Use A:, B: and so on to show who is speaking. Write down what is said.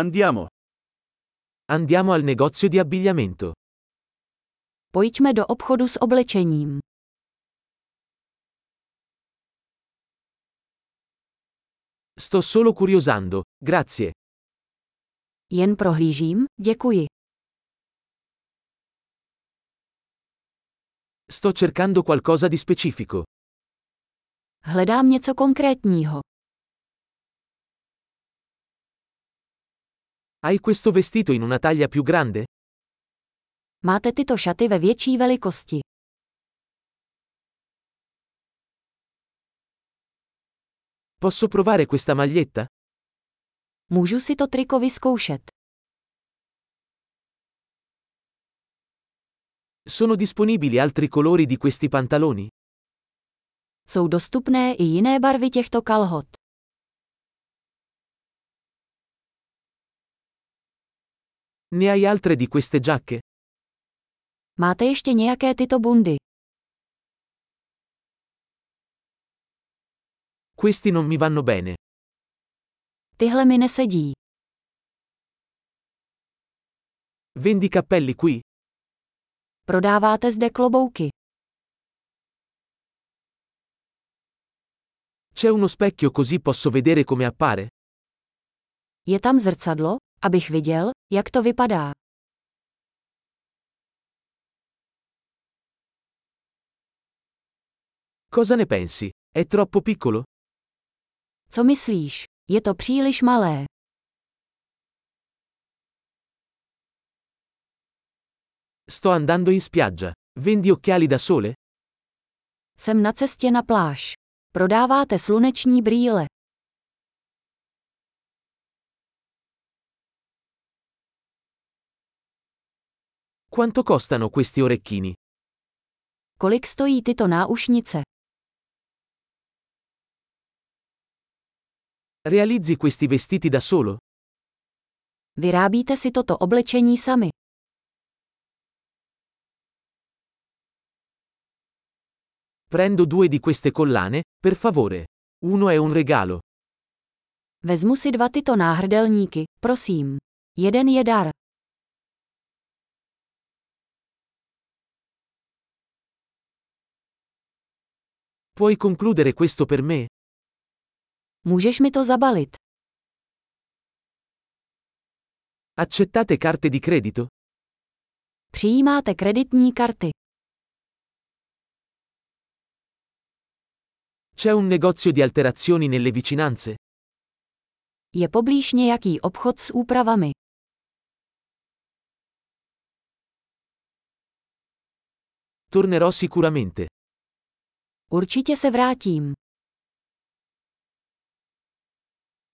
A: Andiamo.
B: Andiamo al negozio di abbigliamento.
C: Pojďme do obchodu s oblečením.
B: Sto solo curiosando, grazie.
C: Jen prohlížím, děkuji.
B: Sto cercando qualcosa di specifico.
C: Hledám něco konkrétního.
B: Hai questo vestito in una taglia più grande?
C: Máte tyto šaty ve větší velikosti.
B: Posso provare questa maglietta?
C: Můžu si to triko vyzkoušet.
B: Sono disponibili altri colori di questi pantaloni?
C: Jsou dostupné i jiné barvy těchto kalhot.
B: Ne hai altre di queste giacche?
C: Máte ještě nějaké tyto bundy?
B: Questi non mi vanno bene.
C: Tyhle mi nesedí.
B: Vendi cappelli qui?
C: Prodáváte zde klobouky.
B: C'è uno specchio così posso vedere come appare?
C: Je tam zrcadlo, abych viděl, jak to vypadá.
B: Cosa ne pensi? È troppo piccolo?
C: Co myslíš? Je to příliš malé.
B: Sto andando in spiaggia. Vendi occhiali da sole?
C: Jsem na cestě na pláž. Prodáváte sluneční brýle.
B: Quanto costano questi orecchini?
C: Kolik stojí tyto náušnice?
B: Realizzi questi vestiti da solo?
C: Vyrábíte si toto oblečení sami.
B: Prendo due di queste collane, per favore. Uno è un regalo.
C: Vezmu si dva tyto náhrdelníky, prosím. Jeden je dar.
B: Puoi concludere questo per me?
C: Můžeš mi to zabalit.
B: Accettate carte di credito?
C: Přijímáte kreditní karty.
B: C'è un negozio di alterazioni nelle vicinanze?
C: Je poblíž nějaký obchod s úpravami.
B: Tornerò sicuramente.
C: Určitě se vrátím.